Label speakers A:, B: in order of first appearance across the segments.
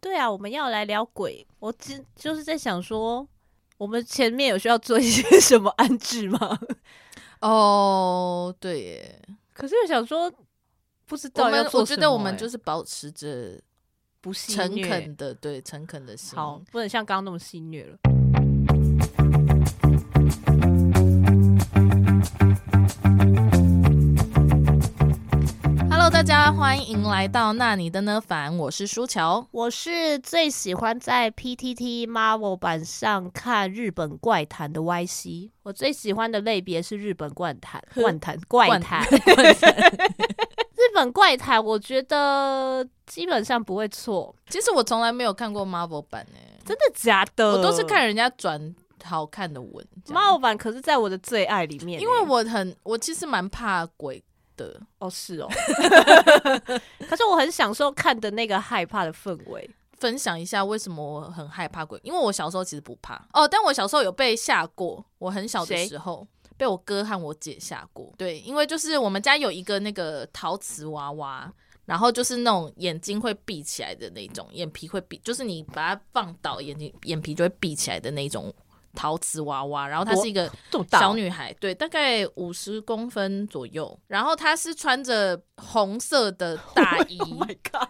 A: 对啊，我们要来聊鬼。我只就是在想说，我们前面有需要做一些 什么安置吗？
B: 哦，对耶，
A: 可是又想说，不知
B: 我
A: 道要做
B: 们
A: 欸
B: 我觉得我们就是是保持着
A: 不戏
B: 诚
A: 虐
B: 恳的，对诚恳的心。
A: 好，不能像刚刚那么戏虐了。
B: ，Hello，大家欢迎来到那你的呢凡，我是舒乔。
A: 我是最喜欢在 PTT Marvel 版上看日本怪谈的 YC，我最喜欢的类别是日本怪谈、怪谈、怪
B: 怪
A: 谈
B: 谈、
A: 日本怪谈。我觉得基本上不会错，
B: 其实我从来没有看过 Marvel 版诶，
A: 真的假的？
B: 我都是看人家转好看的文，这样
A: Marvel 版，可是在我的最爱里面欸，
B: 因为我很我其实蛮怕鬼的。
A: 哦是 哦，可是我很享受看的那个害怕的氛围。
B: 分享一下为什么我很害怕鬼，因为我小时候其实不怕哦，但我小时候有被吓过，我很小的
A: 谁
B: 时候被我哥和我姐吓过。对，因为就是我们家有一个那个陶瓷娃娃，然后就是那种眼睛会闭起来的那种，眼皮会闭，就是你把它放倒，眼睛眼皮就会闭起来的那种陶瓷娃娃，然后它
A: 我
B: 是一个
A: 这么大哦
B: 小女孩，对，大概五十公分左右，然后她是穿着红色的大 衣。
A: ，Oh my god！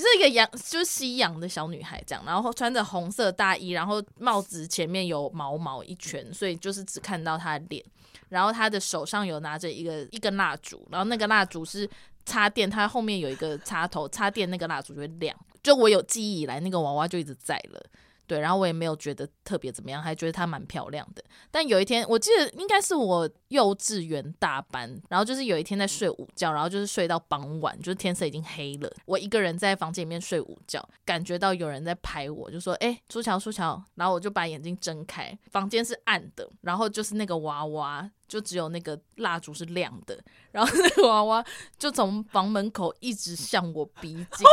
B: 是一个洋，就是西洋的小女孩这样，然后穿着红色大衣，然后帽子前面有毛毛一圈，所以就是只看到她的脸。然后她的手上有拿着一个一根蜡烛，然后那个蜡烛是插电，它后面有一个插头，插电那个蜡烛就会亮。就我有记忆以来，那个娃娃就一直在了。对，然后我也没有觉得特别怎么样，还觉得她蛮漂亮的。但有一天，我记得应该是我幼稚园大班，然后就是有一天在睡午觉，然后就是睡到傍晚，就是天色已经黑了，我一个人在房间里面睡午觉，感觉到有人在拍我，就说：“哎、舒乔，舒乔。”然后我就把眼睛睁开，房间是暗的，然后就是那个娃娃，就只有那个蜡烛是亮的，然后那个娃娃就从房门口一直向我逼近。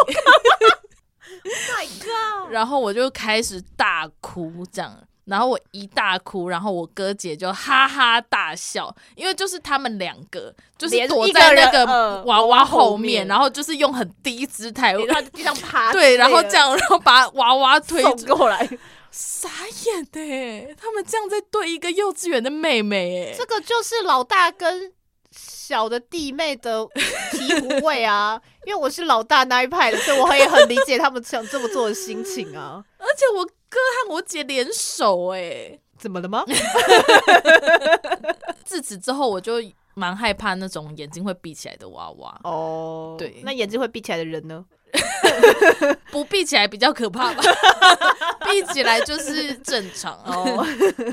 C: ，Oh
A: My God！
B: 然后我就开始大哭，这样。然后我一大哭，然后我哥姐就哈哈大笑，因为就是他们两个就是
A: 连
B: 躲
A: 一个
B: 在
A: 人
B: 那
A: 呃
B: 个娃娃后
A: 后面
B: 面，然后就是用很低姿态，
A: 然后在地上爬之类
B: 对，
A: 的，
B: 然后这样，然后把娃娃推出
A: 送过来，
B: 傻眼的、他们这样在对一个幼稚园的妹妹、哎，
C: 这个就是老大跟小的弟妹的醍醐味啊！ 因为我是老大那一派的，所以我也很理解他们想这么做的心情啊。
B: 而且我哥和我姐联手、哎，
C: 怎么了 吗？
B: 自此之后我就蛮害怕那种眼睛会闭起来的娃娃，
C: 哦，
B: 对
C: 那眼睛会闭起来的人呢？
B: 不闭起来比较 可怕吧，闭起来就是正常
C: 哦
B: 哦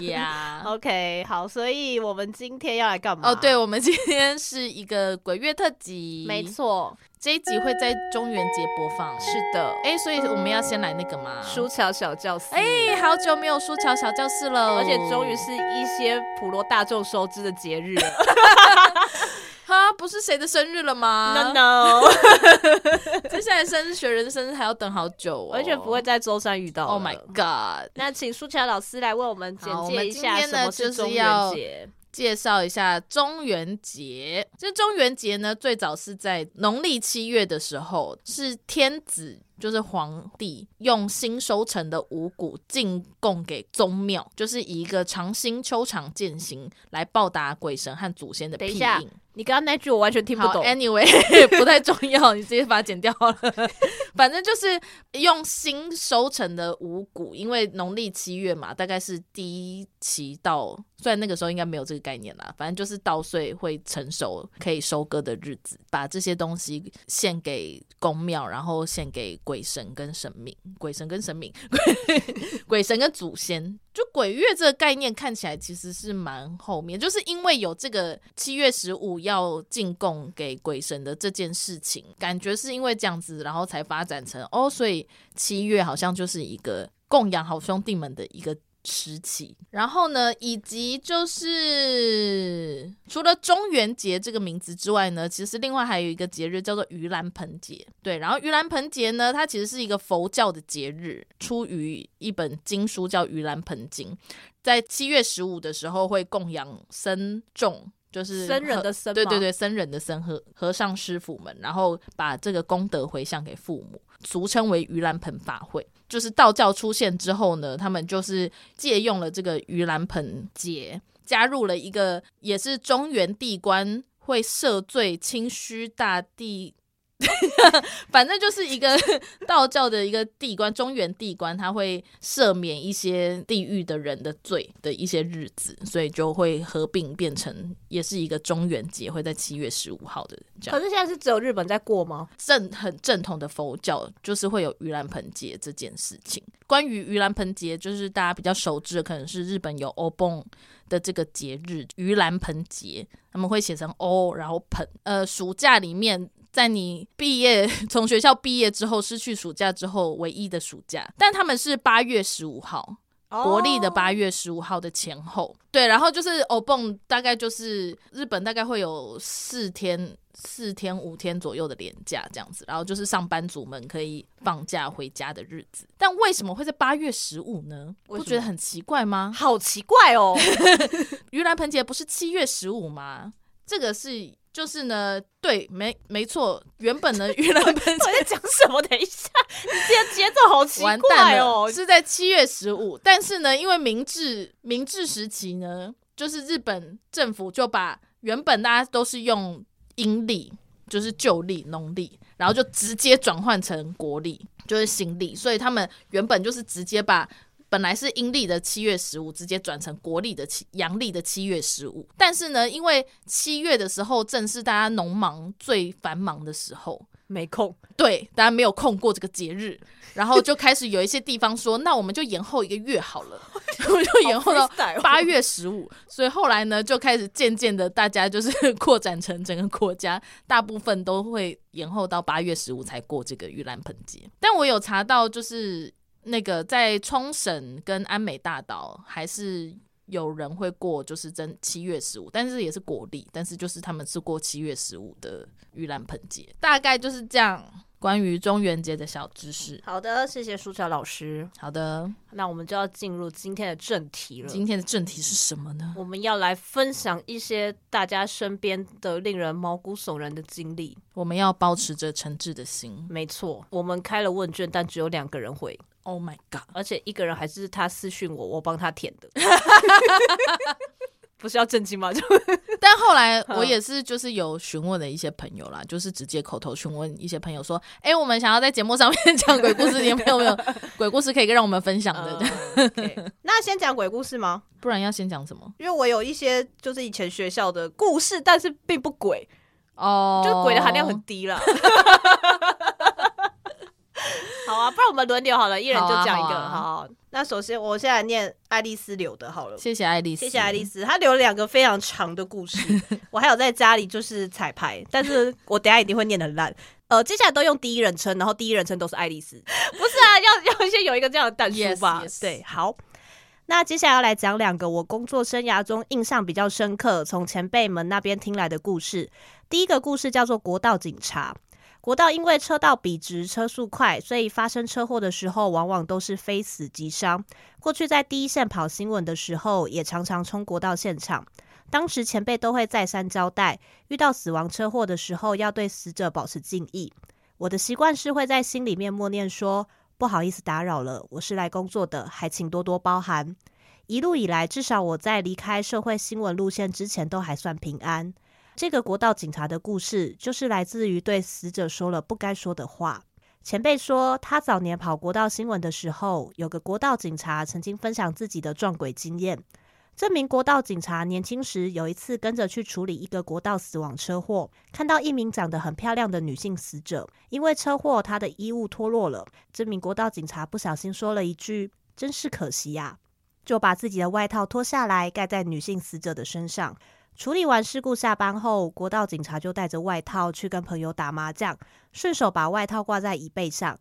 A: 啊
B: 呀。
C: ，OK，好，所以我们今天要来干嘛？
B: 哦，对，，我们今天是一个鬼月特辑，
C: 没，错，
B: 这一集会在中元节播放。
C: 是的，
B: 哎、所以我们要先来那个嘛，
A: 书桥小教室。
B: 哎、好久没有书桥小教室了，
A: 而且终于是一些普罗大众熟知的节日 了。
B: 哈，不是谁的生日了吗？
A: no，
B: 接下来生日学人生日还要等好久、哦，
A: 完全不会。在周三遇到了。
B: Oh my god！
A: 那请舒乔老师来为我们简
B: 好我
A: 介
B: 们
A: 一下
B: 今天
A: 什
B: 呢
A: 么是中
B: 就
A: 元
B: 是
A: 节。
B: 介绍一下中元节。这中元节呢，最早是在农历七月的时候，是天子就是皇帝用新收成的五谷进贡给宗庙，就是以一个长兴秋场践行来报答鬼神和祖先的
A: 等一
B: 庇
A: 下
B: 应。
A: 你刚刚那句我完全听不
B: 好
A: 懂。
B: Anyway，不 太重要，你直接把它剪掉好了。 反正就是用新收成的五谷，因为农历七月嘛，大概是第一期到，虽然那个时候应该没有这个概念啦，反正就是稻穗会成熟可以收割的日子，把这些东西献给公庙，然后献给鬼神跟神明，鬼神跟神明，鬼神跟祖先。就鬼月这个概念看起来其实是蛮后面，就是因为有这个七月十五要进贡给鬼神的这件事情，感觉是因为这样子，然后才发展成哦，所以七月好像就是一个供养好兄弟们的一个。时期，然后呢，以及就是除了中元节这个名字之外呢，其实另外还有一个节日叫做盂兰盆节。对，然后盂兰盆节呢，它其实是一个佛教的节日，出于一本经书叫《盂兰盆经》，在七月十五的时候会供养僧众。就是
A: 僧人
B: 和
A: 的僧
B: 对对
A: 吗
B: 对，僧人的僧和和尚师傅们，然后把这个功德回向给父母。俗称为盂兰盆法会。就是道教出现之后呢，他们就是借用了这个盂兰盆节，加入了一个也是中原地官会赦罪清虚大帝。 反正就是一个 道教的一个地官，中原地官他会赦免一些地狱的人的罪的一些日子，所以就会合并变成也是一个中元节，会在七月十五号的这
D: 可
B: 样
D: 是现在是只有日本在过吗？
B: 正很正统的佛教，就是会有盂兰盆节这件事情。关于盂兰盆节，就是大家比较熟知的，可能是日本有 o b o n 的这个节日，盂兰盆节，他们会写成 o，然后盆。呃，暑假里面，在你毕业 从学校毕业之后，失去暑假之后唯一的暑假，但他们是八月十五号，国历
A: 哦
B: 的八月十五号的前后。对，然后就是 o b o n 大概就是日本大概会有四天。四天五天左右的连假这样子，然后就是上班族们可以放假回家的日子。但为什么会在八月十五呢？
A: 为
B: 不
A: 什
B: 觉得
A: 么
B: 很奇怪吗？
A: 好奇怪 哦，
B: 盂兰盆节不是七月十五吗？这个是就是呢，对，没没错，原本的盂兰盆
D: 我在讲什么？等一下，你这个节奏好奇
B: 完蛋
D: 怪
B: 了，
D: 哦！
B: 是在七月十五，但是呢，因为明治明治时期呢，就是日本政府就把原本大家都是用阴历，就是旧历农历，然后就直接转换成国历，就是新历，所以他们原本就是直接把。本来是阴历的七月十五，直接转成国历的七阳历的七月十五。但是呢，因为七月的时候正是大家农忙最繁忙的时候，
D: 没空，
B: 对，大家没有空过这个节日，然后就开始有一些地方说，那我们就延后一个月好了， 我们就 延后到
A: freestyle 哦
B: 八月十五。所以后来呢，就开始渐渐的，大家就是 扩展成整个国家，大部分都会延后到八月十五才过这个盂兰盆节。但我有查到，就是那个在冲绳跟安美大岛还是。有人会过，就是真七月十五，但是也是国历，但是就是他们是过七月十五的盂兰盆节，大概就是这样。关于中元节的小知识，
D: 好的，谢谢舒乔老师。
B: 好的，
D: 那我们就要进入今天的正题了。
B: 今天的正题是什么呢？
D: 我们要来分享一些大家身边的令人毛骨悚然的经历。
B: 我们要保持着诚挚的心。
D: 没错，我们开了问卷，但只有两个人回，
B: Oh my god！
D: 而且一个人还是他私讯我，我帮他填的。 不是要震惊吗？就
B: 但后来
A: 嗯
D: 好
B: 我也是，就是有询问了一些朋友啦，就是直接口头询问一些朋友说：“哎、我们想要在节目上面 讲鬼故事，你们有没有 鬼故事可以让我们分享
D: 呃
B: 的？”
A: OK 嗯那先讲鬼故事吗？
B: 不然要先讲什么？
A: 因为我有一些就是以前学校的故事，但是并不鬼，
B: 哦、
A: 就是鬼的含量很低啦。 好啊，不然我们轮流好了，一人就讲一个。
B: 好啊好啊
A: 好那首先我现在念爱丽丝留的好了。
B: 谢谢爱丽丝，
A: 谢谢爱丽丝，她留了两个非常长的 故事，我还有在家里就是彩排，但是我等一下一定会念的烂。呃，接下来都用第一人称，然后第一人称都是爱丽丝， 不是啊，要 要先有一个这样的淡出
B: Yes,
A: 吧
B: yes.
A: 对，好。那接下来要来讲两个我工作生涯中印象比较深刻，从前辈们那边听来的故事。第一个故事叫做国道警察。国道因为车道笔直、车速快，所以发生车祸的时候，往往都是非死即伤。过去在第一线跑新闻的时候，也常常冲国道现场。当时前辈都会再三交代，遇到死亡车祸的时候，要对死者保持敬意。我的习惯是会在心里面默念说：“不好意思打扰了，我是来工作的，还请多多包涵。”一路以来，至少我在离开社会新闻路线之前都还算平安。这个国道警察的故事，就是来自于对死者说了不该说的话。前辈说，他早年跑国道新闻的时候，有个国道警察曾经分享自己的撞鬼经验。这名国道警察年轻时有一次跟着去处理一个国道死亡车祸，看到一名长得很漂亮的女性死者，因为车祸她的衣物脱落了。这名国道警察不小心说了一句：“真是可惜呀、就把自己的外套脱下来盖在女性死者的身上。处理完事故下班后，国道警察就带着外套去跟朋友打麻将，顺手把外套挂在椅背上。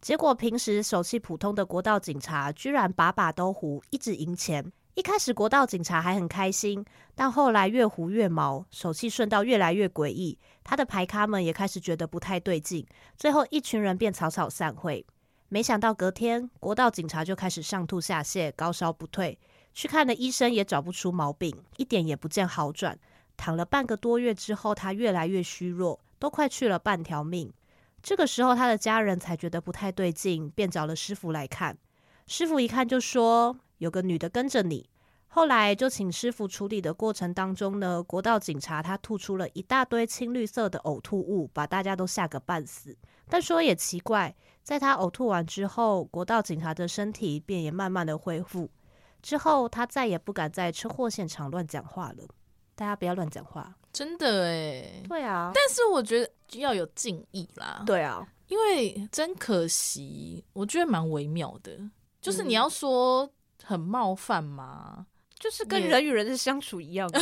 A: 结果平时手气普通的国道警察居然把把都胡，一直赢钱。一开始国道警察还很开心，但后来越胡越毛，手气顺道越来越诡异。他的牌咖们也开始觉得不太对劲，最后一群人便草草散会。没想到隔天，国道警察就开始上吐下泻，高烧不退，去看了医生也找不出毛病，一点也不见好转。躺了半个多月之后，他越来越虚弱，都快去了半条命。这个时候，他的家人才觉得不太对劲，便找了师傅来看。师傅一看就说：“有个女的跟着你。”后来就请师傅处理的过程当中呢，国道警察他吐出了一大堆青绿色的呕吐物，把大家都吓个半死。但说也奇怪，在他呕吐完之后，国道警察的身体便也慢慢的恢复。之后他再也不敢在车祸现场乱讲话了。大家不要乱讲话。
B: 真的哎。
A: 对啊，
B: 但是我觉得要有敬意啦，
A: 对啊，
B: 因为真可惜，我觉得蛮微妙的。就是
A: 嗯
B: 你要说很冒 犯吗？
A: 就是
B: 也
A: 与人的相处一样啊。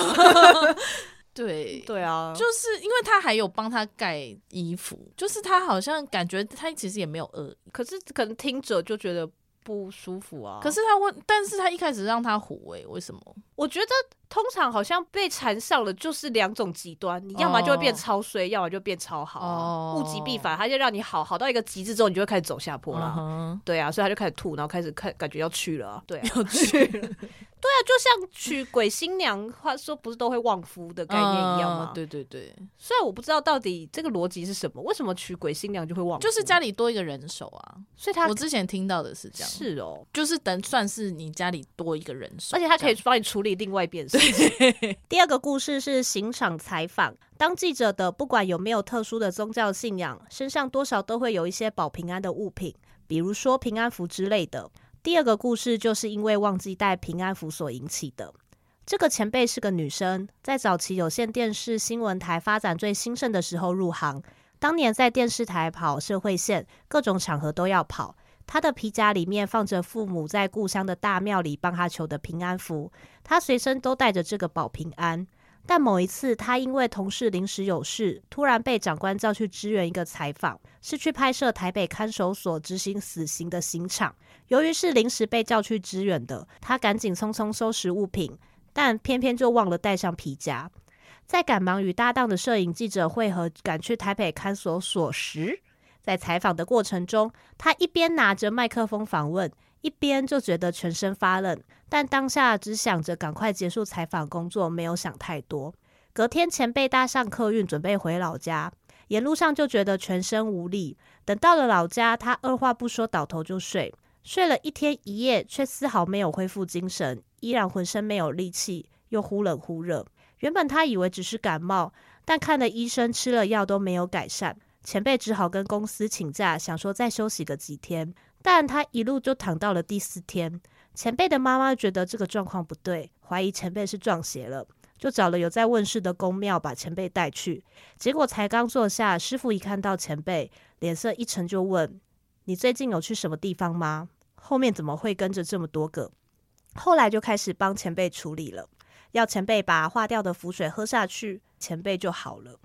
B: 对，
A: 对啊，
B: 就是因为他还有帮他盖衣服，就是他好像感觉他其实也没有恶意，
A: 可是可能听者就觉得不舒服啊。
B: 可是他问，但是他一开始让他虎哎、为什么？
A: 我觉得通常好像被缠上了就是两种极端，你要么就会变超衰，要么就变超好啊、
B: 哦
A: 物极必反，他就让你好好到一个极致之后，你就会开始走下坡啦。
B: 嗯
A: 对啊，所以他就开始吐，然后开始看，感觉要去了啊、对 啊，
B: 哼，有趣
A: 那就像娶鬼新娘，话说不是都会旺夫的概念一样吗？
B: 嗯对对对，
A: 虽然我不知道到底这个逻辑是什么，为什么娶鬼新娘就会旺夫？
B: 就是家，里多一个人手啊。
A: 所以他
B: 我之前听到的是这样，
A: 是哦，
B: 就是等算是你家里多一个人手，
A: 而且他可以
B: 这样
A: 帮你处理另外一边事情。 第二个故事是刑场采访，当记者的不管有没有特殊的宗教信仰，身上多少都会有一些保平安的物品，比如说平安符之类的。第二个故事就是因为忘记带平安符所引起的。这个前辈是个女生，在早期有线电视新闻台发展最兴盛的时候入行，当年在电视台跑社会线，各种场合都要跑。他的皮夹里面放着父母在故乡的大庙里帮他求的平安符，他随身都带着这个保平安。但某一次，他因为同事临时有事，突然被长官叫去支援一个采访，是去拍摄台北看守所执行死刑的刑场。由于是临时被叫去支援的，他赶紧匆匆收拾物品，但偏偏就忘了带上皮夹。在赶忙与搭档的摄影记者会合，赶去台北看守所时，在采访的过程中，他一边拿着麦克风访问，一边就觉得全身发冷，但当下只想着赶快结束采访工作，没有想太多。隔天前被搭上客运，准备回老家，沿路上就觉得全身无力。等到了老家，他二话不说倒头就睡，睡了一天一夜，却丝毫没有恢复精神，依然浑身没有力气，又忽冷忽热。原本他以为只是感冒，但看了医生，吃了药都没有改善。前辈只好跟公司请假，想说再休息个几天，但他一路就躺到了第四天。前辈的妈妈觉得这个状况不对，怀疑前辈是撞邪了，就找了有在问世的公庙把前辈带去。结果才刚坐下，师傅一看到前辈，脸色一沉，就问：“你最近有去什么地方吗？后面怎么会跟着这么多个？”后来就开始帮前辈处理了，要前辈把化掉的符水喝下去，前辈就好了。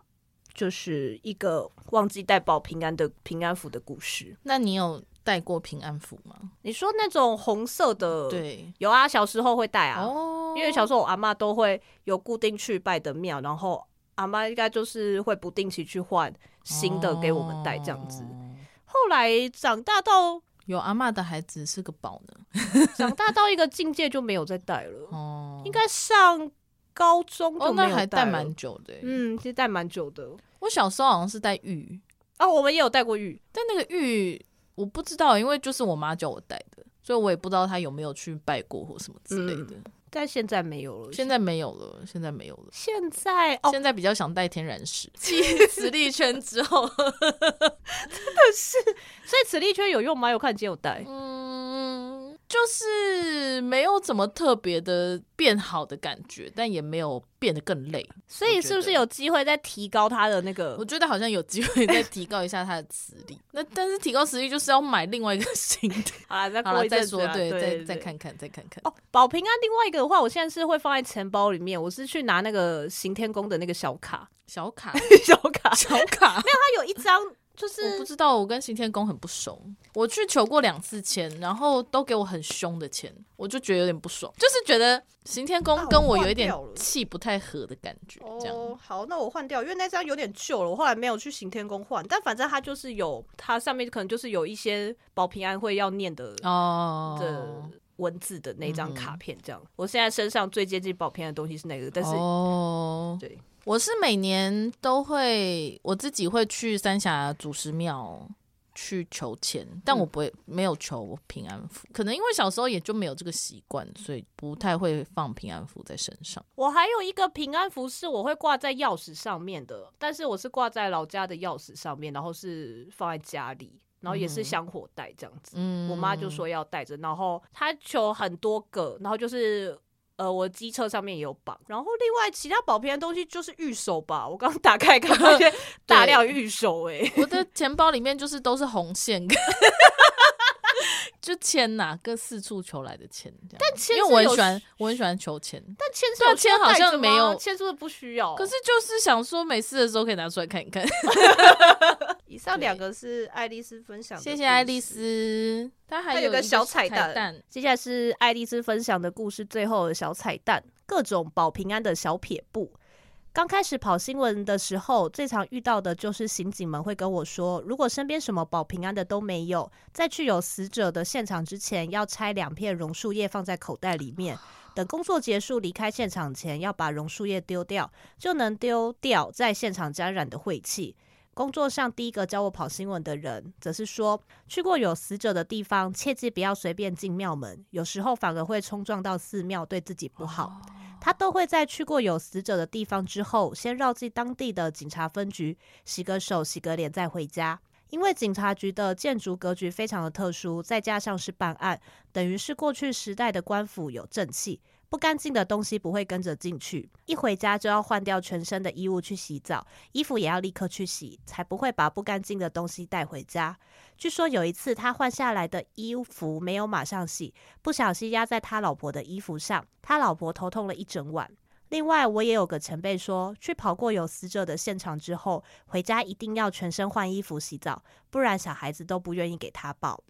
A: 就是一个忘记带保平安的平安符的故事。
B: 那你有带过平安符吗？
A: 你说那种红色的，，
B: 对，
A: 有啊，小时候会带啊，
B: 哦
A: 因为小时候我阿妈都会有固定去拜的庙，然后阿妈应该就是会不定期去换新的给我们带这样子。
B: 哦
A: 后来长大到
B: 有阿嬷的孩子是个宝呢。
A: 长大到一个境界就没有再带了，
B: 哦，
A: 应该上高中
B: 哦
A: 就，没
B: 那
A: 有
B: 还带
A: 了
B: 蛮久的欸。
A: 嗯，其实带蛮久的。
B: 我小时候好像是带玉，
A: 哦，我们也有带过玉，
B: 但那个玉我不知道，因为就是我妈叫我带的，所以我也不知道她有没有去拜过或什么之类
A: 嗯
B: 的。
A: 但现在没有了。
B: 现在没有了，现在没有了。
A: 现在哦，
B: 现在比较想带天然 石，继磁力圈之后，
A: 所以磁力圈有用吗？有看见有带。
B: 嗯，就是没有怎么特别的变好的感觉，但也没有变得更累。
A: 所以是不是有机会再提高他的那
B: 我
A: 个？
B: 觉得好像有机会再提高一下它的磁力。那但是提高磁力就是要买另外一个新的。
A: 好 啦，再
B: 好
A: 过
B: 了，
A: 一
B: 再
A: 阵子
B: 说
A: 啊、，对，
B: 再
A: 对
B: 再。看看，再看看。
A: 哦，保平安另外一个的话，我现在是会放在钱包里面，我是去拿那个行天宫的那个小卡，
B: 小卡，
A: 小卡，
B: 小 卡，
A: 它有一张就
B: 我不
A: 是
B: 知道，我跟行天宫很不熟。我去求过两次签，然后都给我很凶的签，我就觉得有点不爽，就是觉得行天宫跟我有一点
A: 啊我换掉了
B: 气不太合的感觉，这样。
A: 哦，好，那我换掉，因为那张有点旧了，我后来没有去行天宫换，但反正它就是有，它上面可能就是有一些保平安会要念的
B: 哦，
A: 的文字嗯的那张卡片，这样。我现在身上最接近保平安的东西是那个，但是
B: 哦，
A: 对，
B: 我是每年都会，我自己会去三峡祖师庙去求签，但我不会、没有求平安符，可能因为小时候也就没有这个习惯，所以不太会放平安符在身上。
A: 我还有一个平安符是我会挂在钥匙上面的，但是我是挂在老家的钥匙上面，然后是放在家里，然后也是
B: 嗯
A: 香火袋这样子。
B: 嗯，
A: 我妈就说要带着，然后她求很多个，然后就是。呃，我机车上面也有绑，然后另外其他保平安东西就是玉手吧，我刚打开看发 现大量玉手、欸，
B: 我的钱包里面就是都是红线跟就签呐、各四处求来的钱这样。但
A: 签
B: 因为
A: 是
B: 我很
A: 有
B: 喜欢，我很喜欢求签，
A: 但签
B: 对啊
A: 是
B: 签好像没有
A: 签是不是不需要？
B: 可是就是想说没事的时候可以拿出来看一看。
C: 以上两个是爱丽丝分享，
B: 谢谢爱丽。 丝，她还
C: 她有
B: 有
C: 个
B: 一
C: 小彩
B: 彩
C: 蛋
A: 接下来是爱丽丝分享的故事最后的小彩蛋，各种保平安的小撇步。刚开始跑新闻的时候，最常遇到的就是刑警们会跟我说，如果身边什么保平安的都没有，在去有死者的现场之前，要拆两片榕树叶放在口袋里面，等工作结束离开现场前，要把榕树叶丢掉，就能丢掉在现场沾染的晦气。工作上第一个教我跑新闻的人，则是说，去过有死者的地方，切记不要随便进庙门，有时候反而会冲撞到寺庙，对自己不
B: 哦
A: 好。他都会在去过有死者的地方之后，先绕进当地的警察分局，洗个手、洗个脸再回家。因为警察局的建筑格局非常的特殊，再加上是办案，等于是过去时代的官府有正气，不干净的东西不会跟着进去。一回家就要换掉全身的衣物去洗澡，衣服也要立刻去洗，才不会把不干净的东西带回家。据说有一次他换下来的衣服没有马上洗，不小心压在他老婆的衣服上，他老婆头痛了一整晚。另外，我也有个前辈说，去跑过有死者的现场之后，回家一定要全身换衣服洗澡，不然小孩子都不愿意给他抱。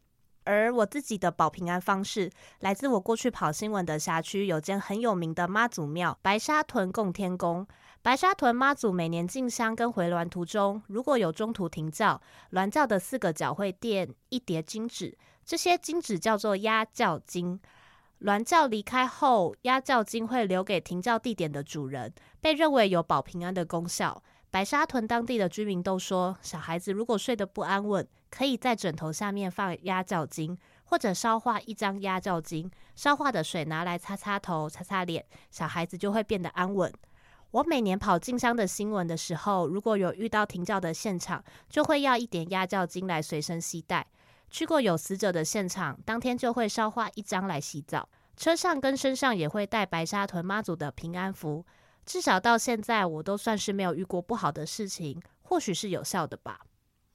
A: 而我自己的保平安方式，来自我过去跑新闻的辖区有间很有名的妈祖庙——白沙屯供天宫。白沙屯妈祖每年进香跟回銮途中，如果有中途停轿，銮轿的四个角会垫一叠金纸，这些金纸叫做压轿金。銮轿离开后，压轿金会留给停轿地点的主人，被认为有保平安的功效。白沙屯当地的居民都说，小孩子如果睡得不安稳，可以在枕头下面放压轿金，或者烧化一张压轿金，烧化的水拿来擦擦头、擦擦脸，小孩子就会变得安稳。我每年跑进香的新闻的时候，如果有遇到停轿的现场，就会要一点压轿金来随身携带。去过有死者的现场，当天就会烧化一张来洗澡。车上跟身上也会带白沙屯妈祖的平安符。至少到现在，我都算是没有遇过不好的事情，或许是有效的吧。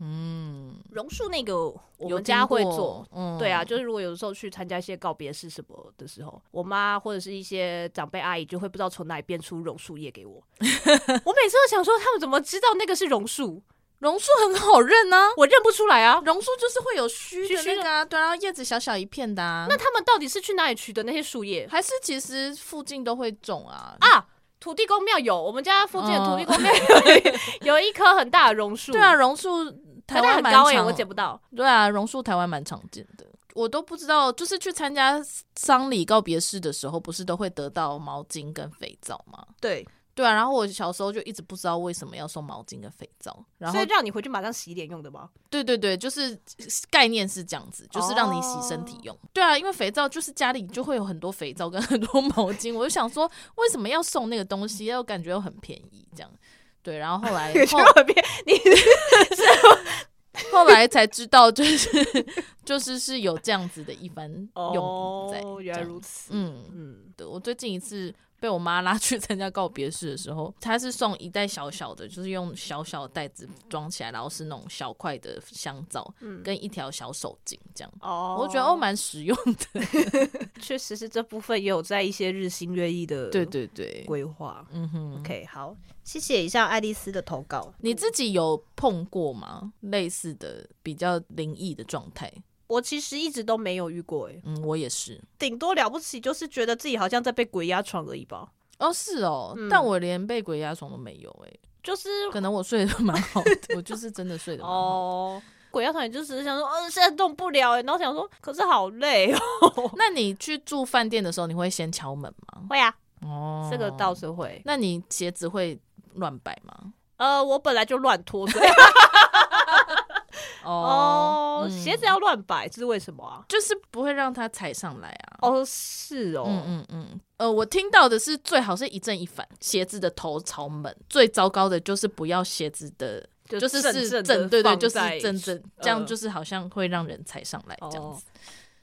B: 嗯，
A: 榕树那个我
B: 有
A: 们家
B: 经
A: 会
B: 过
A: 做，，
B: 嗯
A: 对啊，就是如果有时候去参加一些告别式什么的时候，我妈或者是一些长辈阿姨就会不知道从哪里变出榕树叶给 我。我每次都想说，他们怎么知道那个是榕树？
B: 榕树很好认啊，
A: 我认不出来啊。
B: 榕树就是会有须
A: 须
B: 的
A: 须的
B: 那个啊，对啊，然后叶子小小一片的啊，
A: 那他们到底是去哪里取的那些树叶
B: 还是其实附近都会种啊。
A: 啊？土地公庙有，我们家附近的土地
B: 哦
A: 公庙有一有 一棵很大的榕树，
B: 对啊，，榕树台
A: 台湾
B: 湾
A: 很
B: 蛮
A: 高哎、
B: 常，
A: 我捡不到。
B: 对啊，榕树台湾蛮常见的。我都不知道，就是去参加丧礼告别式的时候，不是都会得到毛巾跟肥皂吗？
C: 对，
B: 对啊，然后我小时候就一直不知道为什么要送毛巾跟肥皂，然
A: 所
B: 后
A: 以让你回去马上洗脸用的吗？
B: 对对对，就是概念是这样子，就是让你洗身
A: 哦
B: 体用。对啊，因为肥皂就是家里就会有很多肥皂跟 很多毛巾，我就想说为什么要送那个东西，又感觉又很便宜这样。对，然后后 来后
A: 耳边
B: 后来才知道，就是 就是是有这样子的一番用意在。
A: 哦，原来
B: 这样
A: 如此。
B: 嗯，
A: 嗯，
B: 对我最近一次被我妈拉去参加告别式的时候，她是送一袋小小的，就是用小小的袋子装起来，然后是那种小块的香皂，
A: 嗯
B: 跟一条小手巾这样。
A: 哦
B: 我觉得哦，蛮实用 的。
A: 确实是这部分也有在一些日新月异的
B: 对对对，
A: 规划。
B: 嗯哼
C: OK，好，谢谢以上爱丽丝的投稿。
B: 你自己有碰过吗？类似的比较灵异的状态？
C: 我其实一直都没有遇过、欸，
B: 嗯，我也是。
C: 顶多了不起就是觉得自己好像在被鬼压床而已吧。
B: 哦，是哦，
A: 嗯
B: 但我连被鬼压床都没有哎、
A: 就是
B: 可能我睡得蛮好的，我就是真的睡得蛮好的。
A: 哦，鬼压床，也就只是想说，呃，现在动不了哎、然后想说，可是好累哦。
B: 那你去住饭店的时候，你会先敲门吗？
A: 会啊，
B: 哦，
A: 这个倒是会。
B: 那你鞋子会乱摆吗？
A: 呃，我本来就乱脱， 所以哦，
B: 嗯
A: 鞋子要乱摆，这是为什么啊？
B: 就是不会让它踩上来啊。
A: 哦，是哦，
B: 嗯嗯嗯，呃，我听到的是最好是一正一反，鞋子的头朝门。最糟糕的就是不要鞋子的，
A: 就
B: 就是
A: 正
B: 是
A: 正
B: 正，
A: 地
B: 对对，
A: 放
B: 就是
A: 在
B: 正正，这样
A: 呃
B: 就是好像会让人踩上来这样
A: 哦
B: 子。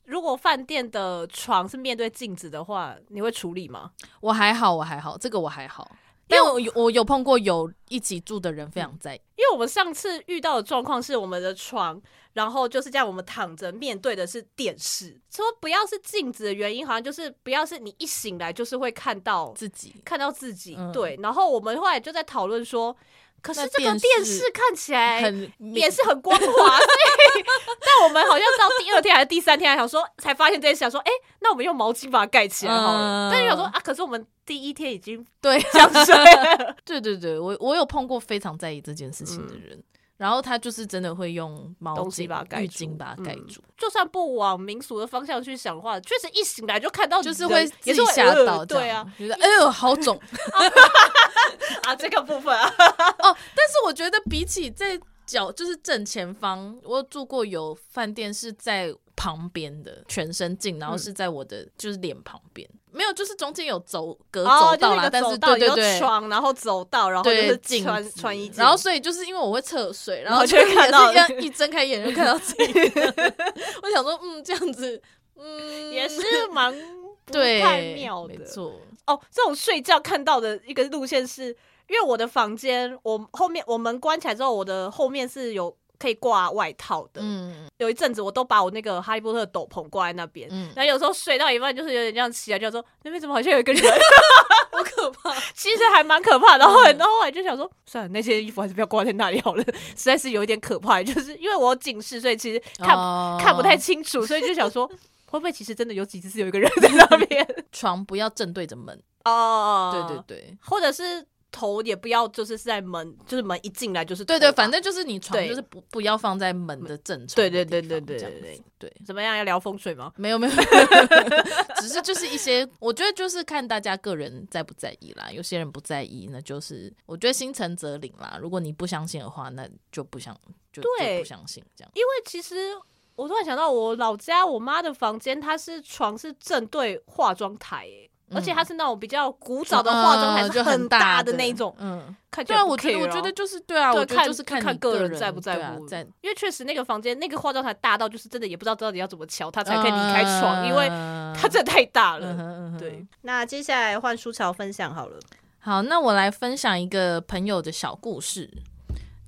A: 如果饭店的床是面对镜子的话，你会处理吗？
B: 我还好，我还好，这个我还好。但我有我有碰过有一起住的人非常在意，
A: 因为我们上次遇到的状况是我们的床，然后就是这样，我们躺着面对的是电视。说不要是镜子的原因，好像就是不要是你一醒来就是会看到
B: 自己
A: 看到自己。
B: 嗯
A: 对，然后我们后来就在讨论说，可是
B: 那
A: 这个
B: 电
A: 电
B: 视
A: 视看起来
B: 很
A: 也是很 光滑，所以但我们好像到第二天还是第三天，还想说才发现这件事，想说哎、诶那我们用毛巾把它盖起来好了。
B: 嗯
A: 但是想说啊，可是我们第一天已经
B: 对
A: 香水了，
B: 对对对，我我有碰过非常在意这件事情的人，然后他就是真的会用毛
A: 嗯东
B: 巾
A: 西把它盖
B: 浴
A: 住嗯
B: 巾把它盖住，
A: 就算不往民俗的方向去想的话，确实一醒来就看到
B: 就是
A: 人
B: 会
A: 也
B: 自
A: 是
B: 己
A: 会
B: 吓
A: 呃
B: 到，
A: 对啊，，
B: 觉得哎呦好肿
A: 啊这个部分啊，
B: 哦。但是我觉得比起在脚就是正前方，我住过有饭店是在旁边的全身镜，
A: 嗯
B: 然后是在我的、就是脸旁边，没有就是中间有走隔走
A: 哦就
B: 道
A: 是一
B: 啦，
A: 个
B: 但是
A: 走道
B: 对对
A: 有
B: 对。
A: 床，然后走道，然后就
B: 对
A: 是
B: 镜
A: 穿
B: 子
A: 穿衣镜，
B: 然后所以就是因为我会侧睡，然
A: 后
B: 后
A: 就
B: 就
A: 会
B: 是
A: 看
B: 也
A: 到
B: 是一样一睁开眼就看到自己的。 我想说，嗯，这样子，嗯，
A: 也 是蛮不
B: 对，
A: 太妙的
B: 没错。
A: 哦。这种睡觉看到的一个路线是，因为我的房间，我后面我门关起来之后，我的后面是有可以挂外套的。
B: 嗯
A: 有一阵子我都把我那个哈利波特的斗篷挂在那边。
B: 嗯，
A: 然后有时候睡到一半，就是有点这样起来，就说那边怎么好像有一个人，
B: 好可怕。
A: 其实还蛮可怕的。然后，
B: 嗯
A: 然后后来就想说，算了，那些衣服还是不要挂在那里好了， 实在是有一点可怕。就是因为我有近视，所以其实看、
B: 哦
A: 看不太清 楚，所以就想说，会不会其实真的有几次是有一个人在那 边？
B: 床不要正对着门。
A: 哦，
B: 对对，对
A: 或者是头也不要，就是是在门，就是门一进来就是
B: 对
A: 头
B: 对，
A: 吧
B: 反正就是你床
A: 啊对
B: 就是不不要放在门的正中
A: 对
B: 的
A: 对
B: 地
A: 对
B: 方。
A: 对对
B: 这样
A: 对对
B: 子对。
A: 怎么样要聊风水吗？
B: 没有没有，没有 只是就是一些，我觉得就是看大家个人在不在意啦。有些人不在意，那就是我觉得心诚则灵啦。如果你不相信的话，那就不相就
A: 对
B: 就不相信这样。
A: 因为其实我突然想到，我老家我妈的房间，它是床是正对化妆台、欸。而且它是那种比较古早的化妆台，
B: 嗯
A: 是
B: 就很
A: 大
B: 的
A: 的那一种，
B: 嗯，
A: 看起
B: 对
A: 来
B: 啊，
A: 不
B: 我觉得
A: care
B: 我
A: 啊
B: 觉得就是对啊，我觉
A: 看
B: 得就是
A: 看
B: 你
A: 个
B: 人
A: 在不在乎，
B: 对啊在
A: 因为确实那个房间那个化妆台大到就是真的也不知道到底要怎么敲它才可以离开床，因为它真的太大了。
B: 嗯哼嗯哼
A: 对，那接下来换舒乔分享好了。
B: 好，那我来分享一个朋友的小故事。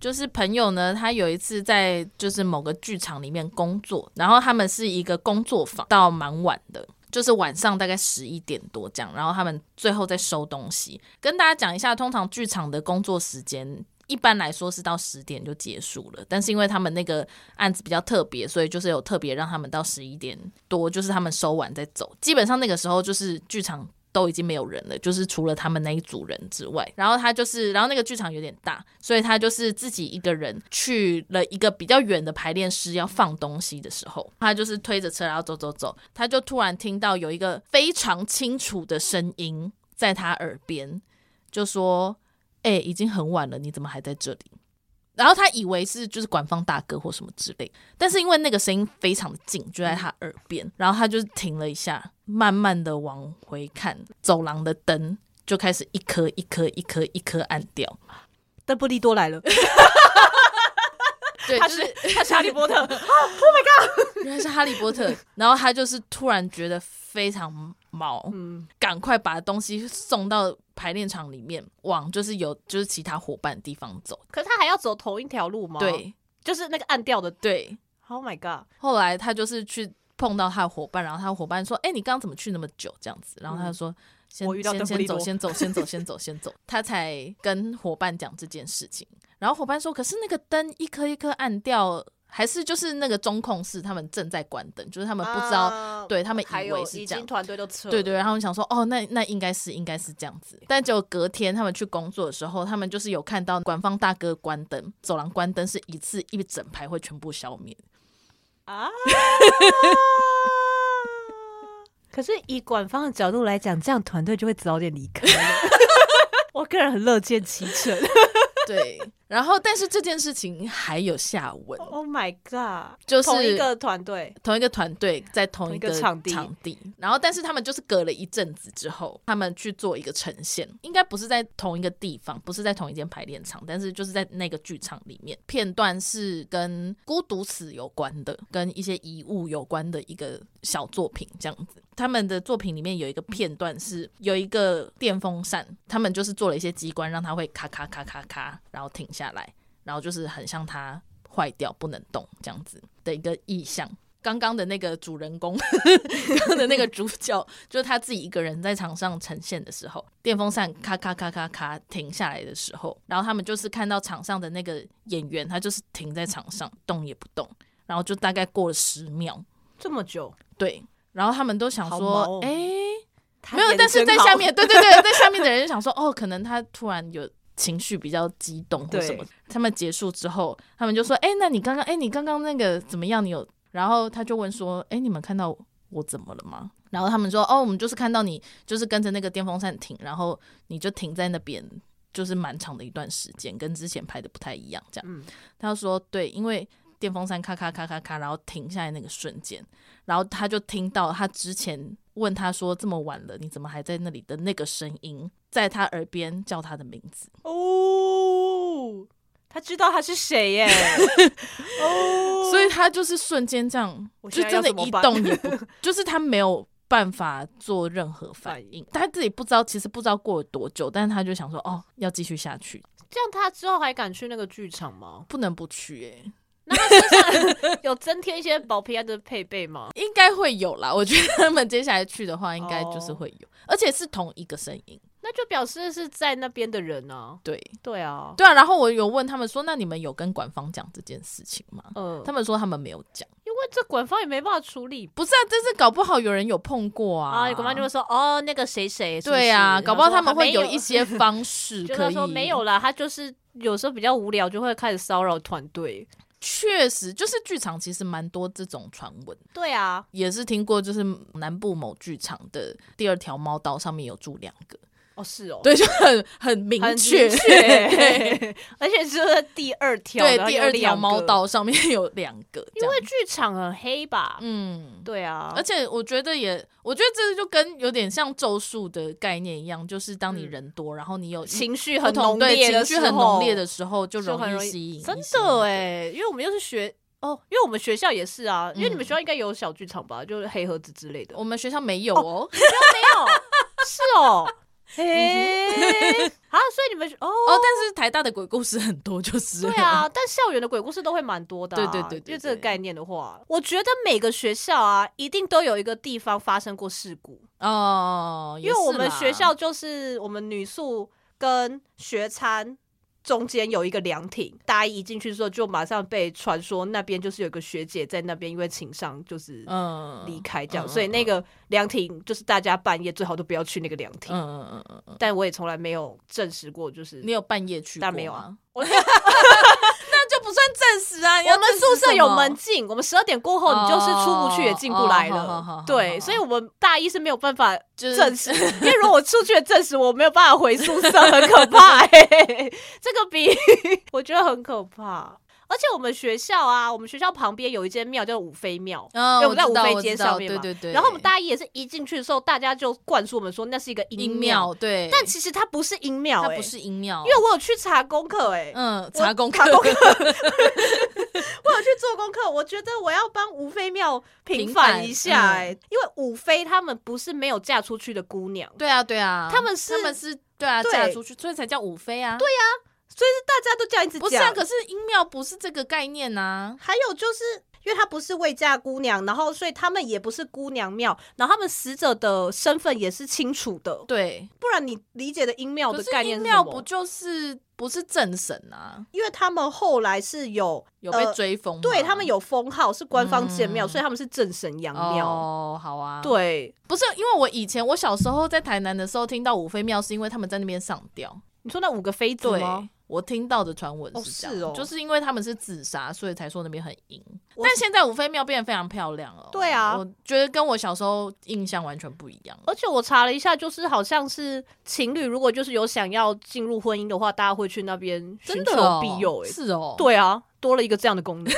B: 就是朋友呢，他有一次在就是某个剧场里面工作，然后他们是一个工作坊，到蛮晚的，就是晚上大概十一点多这样，然后他们最后再收东西。跟大家讲一下，通常剧场的工作时间一般来说是到十点就结束了，但是因为他们那个案子比较特别，所以就是有特别让他们到十一点多，就是他们收完再走。基本上那个时候就是剧场。都已经没有人了，就是除了他们那一组人之外，然后他就是，然后那个剧场有点大，所以他就是自己一个人去了一个比较远的排练室要放东西的时候，他就是推着车然后走走走，他就突然听到有一个非常清楚的声音在他耳边，就说：“哎、已经很晚了，你怎么还在这里？”然后他以为是就是管方大哥或什么之类，但是因为那个声音非常的近，就在他耳
A: 嗯
B: 边，然后他就停了一下，慢慢的往回看，走廊的灯就开始一颗一颗一颗一颗暗掉。
A: 邓布利多来 了，
B: 对
A: 他是他是哈利波 特，
B: 原来是哈利波特，然后他就是突然觉得非常毛，
A: 嗯
B: 赶快把东西送到排练场里面，往就是有就是其他伙伴的地方走。
A: 可是他还要走同一条路吗？，
B: 对
A: 就是那个暗调的。
B: 对，
A: Oh my god！
B: 后来他就是去碰到他的伙伴，然后他的伙伴说：“哎、你刚刚怎么去那么久？”这样子，然后他就说：“先
A: 嗯我遇到邓
B: 先
A: 布利
B: 先
A: 多
B: 走，先走，先走，先走， 先走。”他才跟伙伴讲这件事情。然后伙伴说：“可是那个灯一颗一颗暗掉，还是就是那个中控室他们正在关灯，就是他们不知道，
A: 啊
B: 对他们
A: 还
B: 以为
A: 有
B: 是
A: 已
B: 这样
A: 经团队都撤，
B: 对对，然后想说，哦，那那应该是应该是这样子，但结果隔天他们去工作的时候，他们就是有看到官方大哥关灯，走廊关灯是一次一整排会全部消灭。
A: 啊。 可是以管方的角度来讲，这样团队就会早点离开了。我个人很乐见其成。
B: 对，然后但是这件事情还有下 文，
A: Oh my god！
B: 就是
A: 同一个团队，
B: 同一个团队在同
A: 同一
B: 个
A: 个场地
B: 然后但是他们就是隔了一阵子之后，他们去做一个呈现，应该不是在同一个地方，不是在同一间排练场，但是就是在那个剧场里面，片段是跟孤独死有关的，跟一些遗物有关的一个小作品这样子。他们的作品里面有一个片段是有一个电风扇，他们就是做了一些机关，让它会咔咔咔咔咔，然后停下来，然后就是很像它坏掉不能动这样子的一个意象。刚刚的那个主人公， 刚刚的那个主角， 就是他自己一个人在场上呈现的时候，电风扇咔咔咔咔咔停下来的时候，然后他们就是看到场上的那个演员，他就是停在场上动也不动，然后就大概过了十秒，
A: 这么久，
B: 对，然后他们都想
A: 好毛
B: 说
A: 哦，
B: 哎、
A: 他
B: 没有，
A: 演
B: 但是
A: 真
B: 在
A: 好
B: 下面，对对对，在下面的人就想说，哦，可能他突然有情绪比较激动或什么。他们结束之后，他们就说，哎、那你刚刚，哎、你刚刚那个怎么样？你有？然后他就问说，哎、你们看到我怎么了吗？然后他们说，哦，我们就是看到你，就是跟着那个电风扇停，然后你就停在那边，就是蛮长的一段时间，跟之前拍的不太一样，这样。
A: 嗯
B: 他说，对，因为电风扇咔咔咔咔咔，然后停下来那个瞬间，然后他就听到他之前问他说这么晚了，你怎么还在那里的那个声音，在他耳边叫他的名字。
A: 哦，他知道他是谁 耶，哦，
B: 所以他就是瞬间这样，
A: 我
B: 就
A: 现在
B: 真
A: 要
B: 的
A: 怎么
B: 一
A: 办
B: 动也不， 就是他没有办法做任何反应，他自己不知道，其实不知道过了多久，但是他就想说，哦，要继续下去，
A: 这样他之后还敢去那个剧场吗？
B: 不能不去、欸，
A: 那他身上有增添一些保平安的配备 吗？
B: 应该会有啦。我觉得他们接下来去的话，应该
A: 哦
B: 就是会有，而且是同一个声音，
A: 那就表示是在那边的人啊。
B: 对
A: 对啊，
B: 对啊。然后我有问他们说，那你们有跟管方讲这件事情吗？
A: 嗯，
B: 他们说他们没有讲。
A: 因为这管方也没办法处理
B: 不是啊，但是搞不好有人有碰过啊。
A: 啊，管方就会说哦，那个谁谁是不是
B: 对啊，搞不好他们会有
A: 然后说啊
B: 一。
A: 没
B: 些方式
A: 就
B: 可
A: 他
B: 以。
A: 说没有，啦，他就是有时候比较无聊，就会开始骚扰团队。
B: 确实就是剧场其实蛮多这种传闻，
A: 对啊，
B: 也是听过，就是南部某剧场的第二条猫道上面有住两个，
A: 哦是哦，
B: 对，就很很明
A: 很
B: 确。
A: 明 确而且是在第二条，
B: 对
A: 然，后
B: 第
A: 有
B: 二
A: 两
B: 条
A: 个
B: 猫，道上面有两个，
A: 因为
B: 这样
A: 剧场很黑吧？
B: 嗯。
A: 对啊，
B: 而且我觉得也，我觉得这就跟有点像咒术的概念一样，就是当你
A: 嗯
B: 人多，然后你有一
A: 情绪
B: 不
A: 很
B: 同
A: 浓
B: 对
A: 烈的
B: 情
A: 时
B: 绪
A: 候，
B: 很浓烈的时候，就
A: 就很
B: 容
A: 容易
B: 吸引。
A: 真
B: 一些
A: 的哎，因为我们又是学哦，因为我们学校也是啊，因为你们
B: 嗯
A: 学校应该有小剧场吧，就是黑盒子之类的。
B: 我们学校没有哦，
A: 没有， 是哦。诶、 啊，所以你们哦，
B: 哦，但是台大的鬼故事很多，就 是
A: 对
B: 了，
A: 啊，但校园的鬼故事都会蛮多的、啊。
B: 对对对对
A: 因为这个
B: 对
A: 概念的话，我觉得每个学校啊，一定都有一个地方发生过事故，
B: 哦，
A: 因
B: 也
A: 为我
B: 是
A: 们
B: 啦
A: 学校就是我们女宿跟学餐。中间有一个凉亭，大一一进去之后就马上被传说那边就是有一个学姐在那边，因为情商就是
B: 嗯
A: 离开这样，
B: 嗯
A: 所以那个凉亭就是大家半夜最好都不要去那个凉亭。
B: 嗯嗯嗯嗯嗯，
A: 但我也从来没有证实过，就是
B: 你有半夜去过吗？
A: 但没有 啊
B: 那就不算证实啊。你 要
A: 我们
B: 证实
A: 宿舍
B: 什
A: 有
B: 么
A: 门禁，我们十二点过后
B: 哦
A: 你就是出不去也进不来
B: 哦好好好
A: 了。对，
B: 好
A: 所以我们大一是没有办法
B: 就是
A: 证 实，因为如果我出去了证实，我没有办法回宿舍，很可 怕、欸。这个比 我觉得很可怕。而且我们学校啊，我们学校旁边有一间庙叫五妃庙。
B: 嗯，
A: 因为我们在
B: 知道
A: 五妃
B: 我
A: 街
B: 知
A: 上
B: 道
A: 面
B: 对
A: 嘛
B: 对对。
A: 然后我们大一也是一进去的时候，大家就灌输我们说那是一个
B: 音
A: 阴庙，
B: 庙对，哦
A: 但其实它不是阴庙、
B: 它
A: 欸，
B: 不是音庙，
A: 因为我有去查功课、欸，
B: 嗯
A: 我
B: 查功
A: 查
B: 课
A: 功课，我有去做功课，我觉得我要帮五妃庙平反一
B: 平
A: 下、
B: 反
A: 哎、因为五妃她们不是没有嫁出去的姑娘，
B: 对啊对啊，
A: 他们是
B: 他们是对啊
A: 对
B: 嫁出去，所以才叫五妃啊。对呀，
A: 所以是大家都这样一直
B: 不是
A: 讲。
B: 啊，可是音庙不是这个概念啊呐。
A: 还有就是，因为她不是未嫁姑娘，然后所以她们也不是姑娘庙，然后她们死者的身份也是清楚的，
B: 对，
A: 不然你理解的阴庙
B: 可
A: 的
B: 是
A: 概
B: 阴
A: 念是什
B: 庙不
A: 么？
B: 就是不是正神啊？
A: 因为他们后来是有
B: 有被
A: 呃
B: 追封吗、
A: 对他们有封号，是官方建庙，
B: 嗯
A: 所以他们是正神阳庙。
B: 哦，好啊，，
A: 对，
B: 不是因为我以前我小时候在台南的时候听到五妃庙，是因为他们在那边上吊。
A: 你说那五个妃子
B: 对
A: 吗？，
B: 我听到的传闻
A: 哦
B: 是这样，
A: 是哦
B: 就是因为他们是自杀，所以才说那边很阴。
A: 我
B: 但现在五妃庙变得非常漂亮哦。
A: 对啊
B: 我觉得跟我小时候印象完全不一样。
A: 而且我查了一下，就是好像是情侣，如果就是有想要进入婚姻的话，大家会去那边寻
B: 真的
A: 求
B: 哦
A: 庇佑、欸。
B: 是哦。，
A: 对啊，多了一个这样的功能。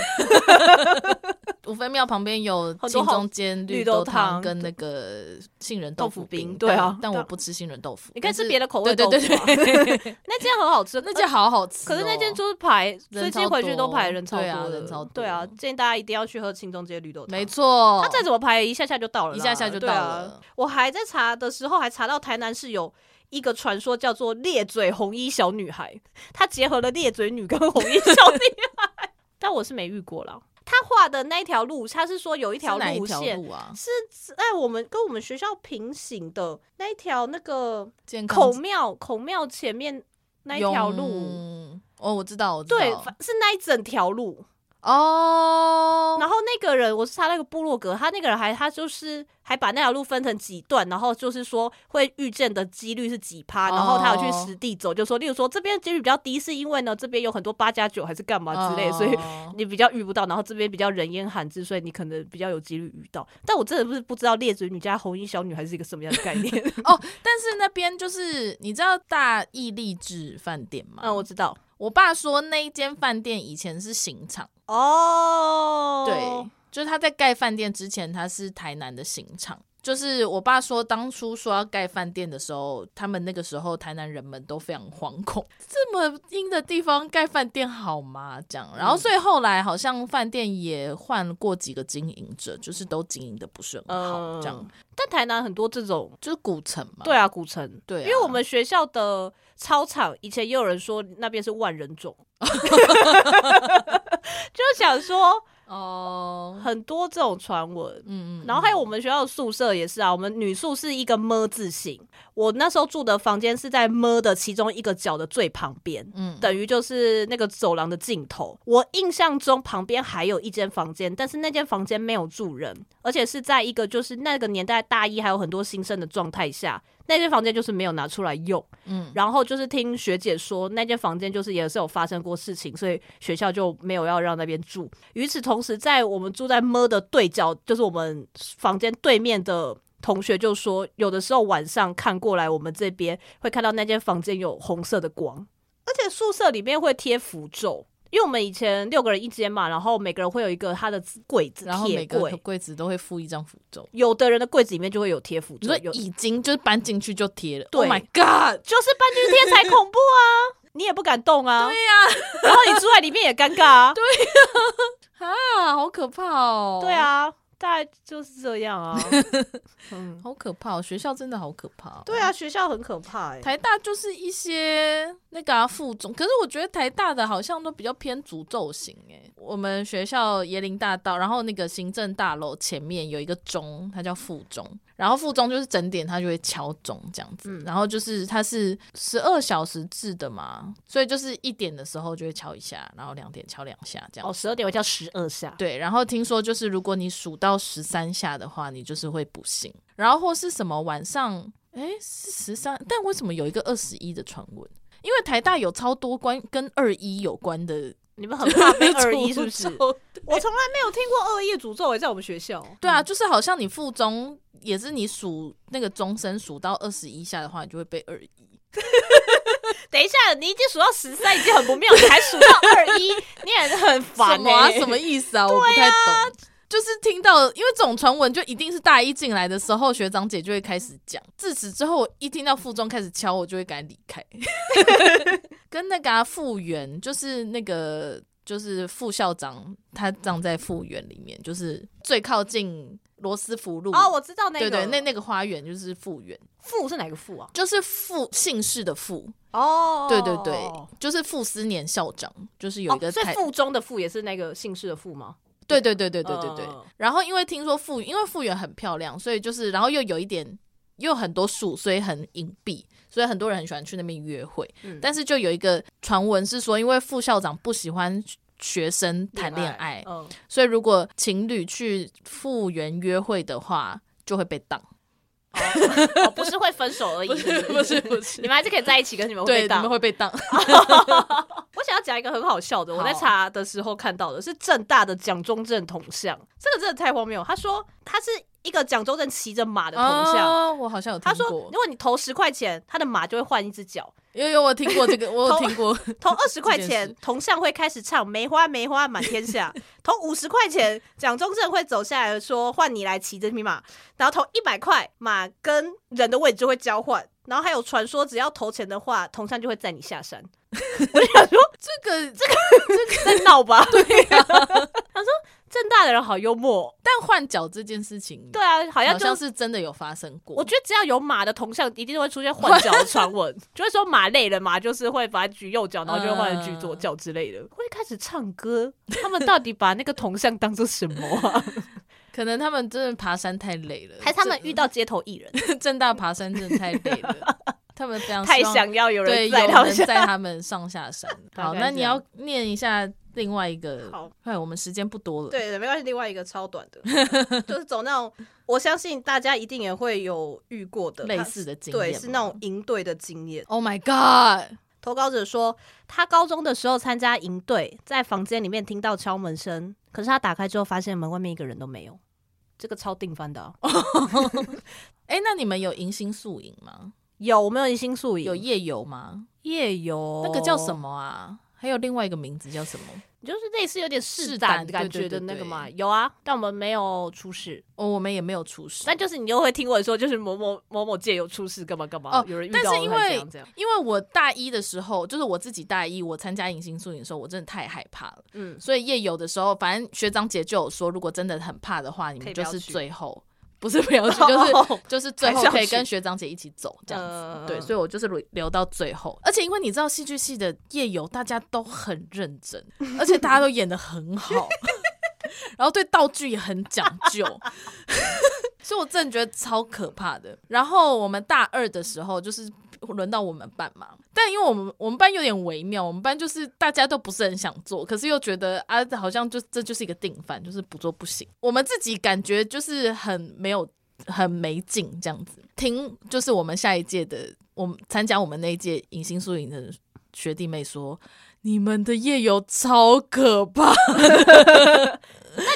B: 五妃庙旁边有
A: 很多
B: 青
A: 好
B: 中煎
A: 绿
B: 绿
A: 豆
B: 豆汤
A: 汤
B: 跟那个杏仁豆
A: 豆
B: 腐
A: 腐冰
B: 饼。
A: 对啊
B: 但但我
A: 但
B: 不吃杏仁豆腐。
A: 你可以吃
B: 但是
A: 别的口味
B: 对
A: 豆
B: 对
A: 腐、啊，
B: 对对， 对
A: 那间很好吃，
B: 那间好好吃哦。
A: 可是那间就是排，
B: 人
A: 最近
B: 超
A: 回去都
B: 多
A: 排人超多
B: 对啊
A: 的，
B: 人超多
A: 对啊，建议大家一定要去喝青中街绿豆汤。
B: 没，错，
A: 它再怎么排一下下就到了啦，
B: 哦一下下就
A: 对
B: 到
A: 啊。
B: 了。
A: 我还在查的时候，还查到台南市有一个传说叫做“裂嘴红衣小女孩”，它结合了裂嘴女跟红衣小女孩， 但我是没遇过啦。他画的那一条路，他是说有一条
B: 是哪一
A: 路
B: 条
A: 线
B: 路啊？
A: 是在我们跟我们学校平行的那一条那个
B: 健康
A: 孔庙孔庙前面那一条路，
B: 永哦，我知道，我知道。
A: 对，反是那一整条路。
B: 哦，
A: 然后那个人，我是他那个部落格，他那个人还他就是还把那条路分成几段，然后就是说会遇见的几率是几趴，然后他有去
B: 哦
A: 实地走，就说例如说这边几率比较低，是因为呢这边有很多八加九还是干嘛之类，所以
B: 哦
A: 你比较遇不到，然后这边比较人烟罕至，所以你可能比较有几率遇到。但我真的不是不知道裂嘴女加红衣小女孩是一个什么样的概 念。
B: 但是那边就是你知道大义励志饭店吗？
A: 嗯，我知道
B: 我爸说那一间饭店以前是刑场，
A: 哦，
B: 对，就是他在盖饭店之前，他是台南的刑场。就是我爸说，当初说要盖饭店的时候，他们那个时候台南人们都非常惶恐， 这么阴的地方盖饭店好吗？这样，然
A: 嗯
B: 后所以后来好像饭店也换过几个经营者，就是都经营的不是很好，这样、
A: 嗯但台南很多这种，
B: 就是古城嘛。
A: 对啊，古城。
B: 对啊、
A: 因为我们学校的操场以前也有人说那边是万人冢， 就想说
B: 哦，
A: 很多这种传闻。
B: 嗯嗯，
A: 然后还有我们学校的宿舍也是啊，我们女宿是一个么字形，我那时候住的房间是在么的其中一个角的最旁边，
B: 嗯
A: 等于就是那个走廊的尽头。我印象中旁边还有一间房间，但是那间房间没有住人，而且是在一个就是那个年代大一还有很多新生的状态下，那间房间就是没有拿出来用。
B: 嗯，
A: 然后就是听学姐说，那间房间就是也是有发生过事情，所以学校就没有要让那边住。与此同时，在我们住在么的对角，就是我们房间对面的。同学就说，有的时候晚上看过来，我们这边会看到那间房间有红色的光，而且宿舍里面会贴符咒，因为我们以前六个人一间嘛，然后每个人会有一个他的柜子，
B: 然后
A: 铁
B: 每个
A: 柜，
B: 柜子都会附一张符咒。
A: 有的人的柜子里面就会有贴符
B: 你
A: 咒
B: 说，
A: 有
B: 已经就是搬进去就贴了
A: 对
B: ，Oh my god！
A: 就是搬进去贴才恐怖啊， 你也不敢动啊。对呀、然后你住在里面也尴尬啊。 对
B: 啊，好可怕哦！
A: 对，啊，大概就是这样啊。嗯，
B: 好可怕、哦，学校真的好可怕、哦。
A: 对 啊，学校很可怕哎、
B: 台大就是一些那个、啊、附中，可是我觉得台大的好像都比较偏诅咒型诶。我们学校椰林大道，然后那个行政大楼前面有一个钟，它叫附钟，然后附钟就是整点它就会敲钟这样子，
A: 嗯
B: 然后就是它是十二小时制的嘛，所以就是一点的时候就会敲一下，然后两点敲两下这样
A: 哦，十二点我叫十二下。
B: 对，然后听说就是如果你数到十三下的话，你就是会不幸。然后或是什么晚上，哎，是十三，但为什么有一个二十一的传闻？因为台大有超多关跟二一有关的
A: 你们很怕被二一
B: 诅
A: 是不是？
B: 咒
A: 我从来没有听过二一的诅咒哎、在我们学 校。
B: 对啊，就是好像你附中也是你数那个钟声数到二十一下的话，你就会被二一。
A: 等一下，你已经数到十三，已经很不妙，你还数到二 一，你也很
B: 什
A: 烦
B: 么、
A: 哎、
B: 啊、什么意思 啊？我不太懂。就是听到，因为这种传闻就一定是大一进来的时候，学长姐就会开始讲。自此之后，我一听到附中开始敲，我就会赶紧离 开。跟那个、啊、复原，就是那个就是副校长，他葬在复原里面，就是最靠近罗斯福路。
A: 哦，我知道那个，
B: 对对，那那个花园就是复原，
A: 父是哪个父啊？
B: 就是复姓氏的复，
A: 哦，
B: 对对对，就是傅斯年校长，就是有一个
A: 哦、所以
B: 台
A: 附中的附也是那个姓氏的附吗？
B: 对对对对对对对。
A: 嗯
B: 然后因为听说复，因为复原很漂亮，所以就是然后又有一点又很多树，所以很隐蔽，所以很多人很喜欢去那边约会。
A: 嗯
B: 但是就有一个传闻是说，因为副校长不喜欢。学生谈恋爱，
A: 嗯，
B: 所以如果情侣去复原约会的话，就会被当。
A: 哦哦不是会分手而已，
B: 不是不是不是
A: 你，们还是可以在一起，跟你们会
B: 对，
A: 被
B: 你
A: 当
B: 们。会被当。
A: 我想要讲一个很好笑的，我
B: 好
A: 在查的时候看到的是正大的蒋中正铜像，这个真的太荒谬。他说他是一个蒋中正骑着马的铜像。
B: 哦，我好像有听
A: 他说：“
B: 过
A: 如，果你投十块钱，他的马就会换一只脚；
B: 有有我听过这个，我有
A: 头
B: 听过，
A: 投二十块
B: 这件
A: 钱
B: 事，
A: 铜像会开始唱‘梅花梅花满天 下’；投五十块钱，蒋中正会走下来说‘换你来骑这匹马’；然后投一百块，马跟人的位置就会交换。然后还有传说，只要投钱的话，铜像就会载你下山。
B: 这个这个，
A: 在闹吧？对呀、
B: 啊
A: 他说正大的人好幽默哦、
B: 但换脚这件事情，
A: 对啊，好像
B: 好
A: 就
B: 像
A: 是。
B: 是真的有发生过。
A: 我觉得只要有马的铜像，一定会出现换脚的传 闻，就会说马累了，马就是会把它举右脚，然后就会换成举左脚之类的，会开始唱歌。他们到底把那个铜像当做什么啊？
B: 可能他们真的爬山太累了，
A: 还是他们遇到街头艺 人，
B: 正正大爬山真 的太 累了，他们非常
A: 太
B: 希望
A: 想要有
B: 对
A: 人载
B: 有
A: 他
B: 人
A: 们下
B: 载他们上下 山。
A: 大
B: 好，
A: 概
B: 那
A: 这
B: 你
A: 样
B: 要念一下另外一个，
A: 好，
B: 快，我们时间不多了。
A: 对对，没关系，另外一个超短的， 就是走那种，我相信大家一定也会有遇过的
B: 类似的经验，
A: 对，是那种。营队的经验。
B: Oh my god！
A: 投稿者说，他高中的时候参加营队，在房间里面听到敲门声，可是他打开之后发现门外面一个人都没有。这个超定番的啊、
B: 哎、那你们有迎新宿营吗？
A: 有我们有迎新宿营，
B: 有夜游吗？
A: 夜游，
B: 那个叫什？么啊？还有另外一个名字叫什么？
A: 就是类似有点
B: 试
A: 试胆
B: 胆
A: 感觉
B: 对
A: 的
B: 对对
A: 那个嘛。有啊，但我们没有出事。
B: 哦，我们也没有出事，
A: 但就是你又会听我说，就是某某某某界有出事，干嘛干嘛，
B: 哦
A: 有人遇
B: 但
A: 到
B: 是因
A: 了还
B: 为
A: 怎样怎样。
B: 因为我大一的时候，就是我自己大一，我参加迎新宿营的时候，我真的太害怕了。
A: 嗯，
B: 所以夜游的时候，反正学长姐就有说，如果真的很怕的话，你
A: 可以
B: 们
A: 不
B: 就
A: 要
B: 是
A: 去
B: 最后不是不要去，就是就是最后
A: 还是要
B: 可以
A: 去
B: 跟学长姐一起走这样子。
A: 呃
B: 对，所以我就是留留到最后。而且因为你知道戏剧系的夜游，大家都很认真，而且大家都演的很好， 然后对道具也很讲究。 所以我真的觉得超可怕的。然后我们大二的时候，就是轮到我们班嘛，但因为我们我们班有点微妙，我们班就是大家都不是很想做，可是又觉得啊，好像就这就是一个定番，就是不做不行。我们自己感觉就是很没有。很没劲，这样子。听，就是我们下一届的，我们参加我们那一届迎新宿营的学弟妹说，你们的夜游超 可怕，
A: 那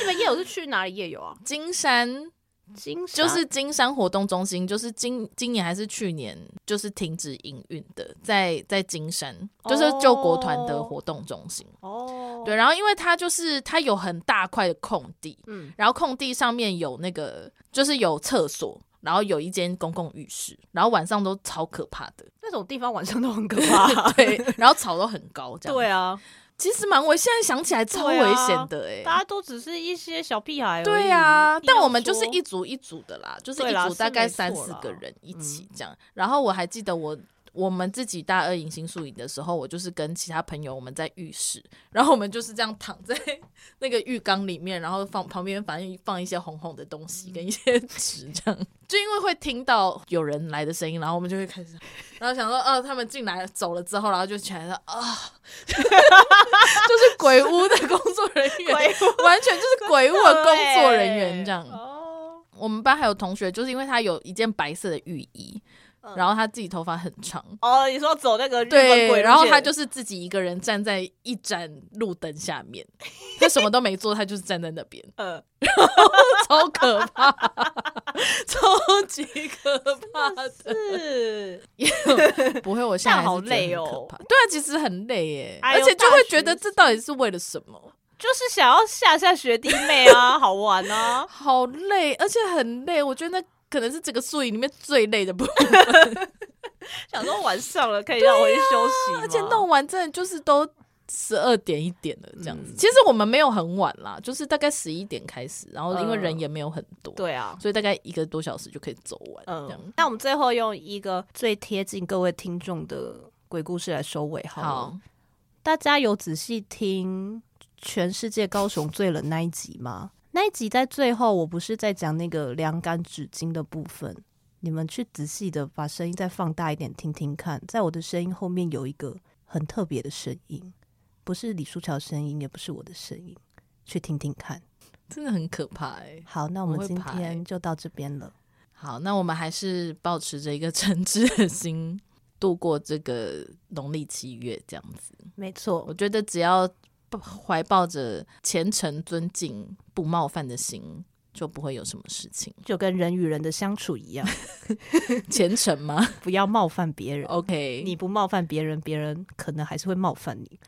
A: 你们夜游是去哪里夜游啊？
B: 金山
A: 金山
B: 就是金山活动中心，就是今今年还是去年，就是停止营运的，在在金山，就是救国团的活动中心。
A: 哦，
B: 对，，然后因为它就是它有很大块的空地，
A: 嗯，
B: 然后空地上面有那个就是有厕所，然后有一间公共浴室，然后晚上都超可怕的，
A: 那种地方晚上都很可 怕。
B: 对，然后草都很高，这样
A: 对啊，
B: 其实蛮危，现在想起来超
A: 对啊
B: 危险的哎、
A: 大家都只是一些小屁孩而已。
B: 对啊，
A: 硬要
B: 但我们就是
A: 说
B: 一组一组的啦，就是
A: 对
B: 一
A: 啦
B: 组大
A: 是
B: 概
A: 没
B: 三
A: 错
B: 四
A: 啦
B: 个人一起嗯这样。然后我还记得我我们自己大二迎新宿营的时候，我就是跟其他朋友我们在浴室，然后我们就是这样躺在那个浴缸里面，然后放旁边反正放一些红红的东西跟一些纸这 样，就因为会听到有人来的声音，然后我们就会开始，然后想说哦、他们进来走了之后，然后就起来说啊， 就是鬼屋的工作人 员。
A: 鬼屋
B: 完全就是鬼屋的工作人
A: 欸
B: 员这样。
A: 哦，
B: 我们班还有同学，就是因为他有一件白色的浴衣，
A: 嗯
B: 然后他自己头发很长，
A: 哦，你说走那个日本鬼
B: 对，
A: 路线，
B: 然后他就是自己一个人站在一盏路灯下面， 他什么都没做，他就是站在那边，
A: 呃，
B: 超可怕， 超级可怕的。
A: 是
B: 不会，我现在还是
A: 这样好累
B: 觉得
A: 哦
B: 很可怕。对啊，其实很累耶，
A: 哎
B: 而
A: 呦
B: 且就会觉
A: 大
B: 得
A: 学
B: 这到底是为了什么？
A: 就是想要吓吓学弟妹啊，好玩 啊。
B: 好累，而且很累。我觉得那可能是整个宿营里面最累的部分。
A: 想说晚上了可以让我去休息嘛，
B: 啊而且弄完真的就是都十二点一点了这样子。
A: 嗯
B: 其实我们没有很晚啦，就是大概十一点开始，然后因为人也没有很多，、
A: 对啊。
B: 所以大概一个多小时就可以走完这样。
A: 嗯，那我们最后用一个最贴近各位听众的鬼故事来收尾好了。
B: 好，
A: 大家有仔细听全世界高雄最冷那一集吗？那一集在最后，我不是在讲那个凉感纸巾的部分，你们去仔细的把声音再放大一点听听看，在我的声音后面有一个很特别的声音，不是李书乔声音，也不是我的声音，去听听看。
B: 真的很可怕哎、
A: 好，那我们
B: 我会
A: 今
B: 怕欸
A: 天就到这边了。
B: 好，那我们还是保持着一个诚挚的心度过这个农历七月，这样子。
A: 没错，
B: 我觉得只要抱怀抱着虔诚、尊敬、不冒犯的心，就不会有什么事情。
A: 就跟人与人的相处一 样，
B: 虔诚吗
A: 不要冒犯别人。
B: ？OK，
A: 你不冒犯别人，别人可能还是会冒犯你，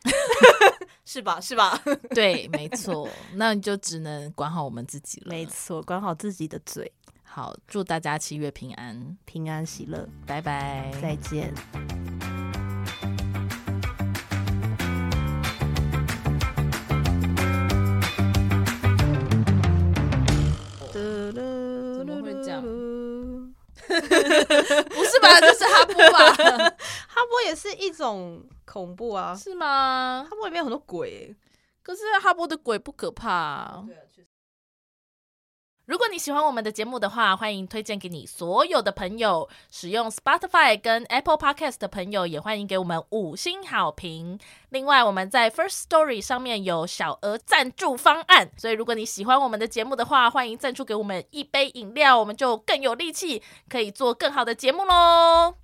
A: 是吧？是吧？
B: 对，没错，那你就只能管好我们自己了。
A: 没错，管好自己的嘴，
B: 好，祝大家七月平安，
A: 平安喜乐，
B: 拜拜。
A: 再见。怎
B: 么会这样不是吧？这是哈布 吧？
A: 哈勃也是一种恐怖啊，
B: 是吗
A: 哈？勃里面有很多鬼欸、
B: 可是哈勃的鬼不可怕、啊如果你喜欢我们的节目的话，欢迎推荐给你所有的朋友。使用 Spotify 跟 Apple Podcast 的朋友，也欢迎给我们五星好评。另外，我们在 First Story 上面有小额赞助方案，所以如果你喜欢我们的节目的话，欢迎赞助给我们一杯饮料，我们就更有力气，可以做更好的节目喽。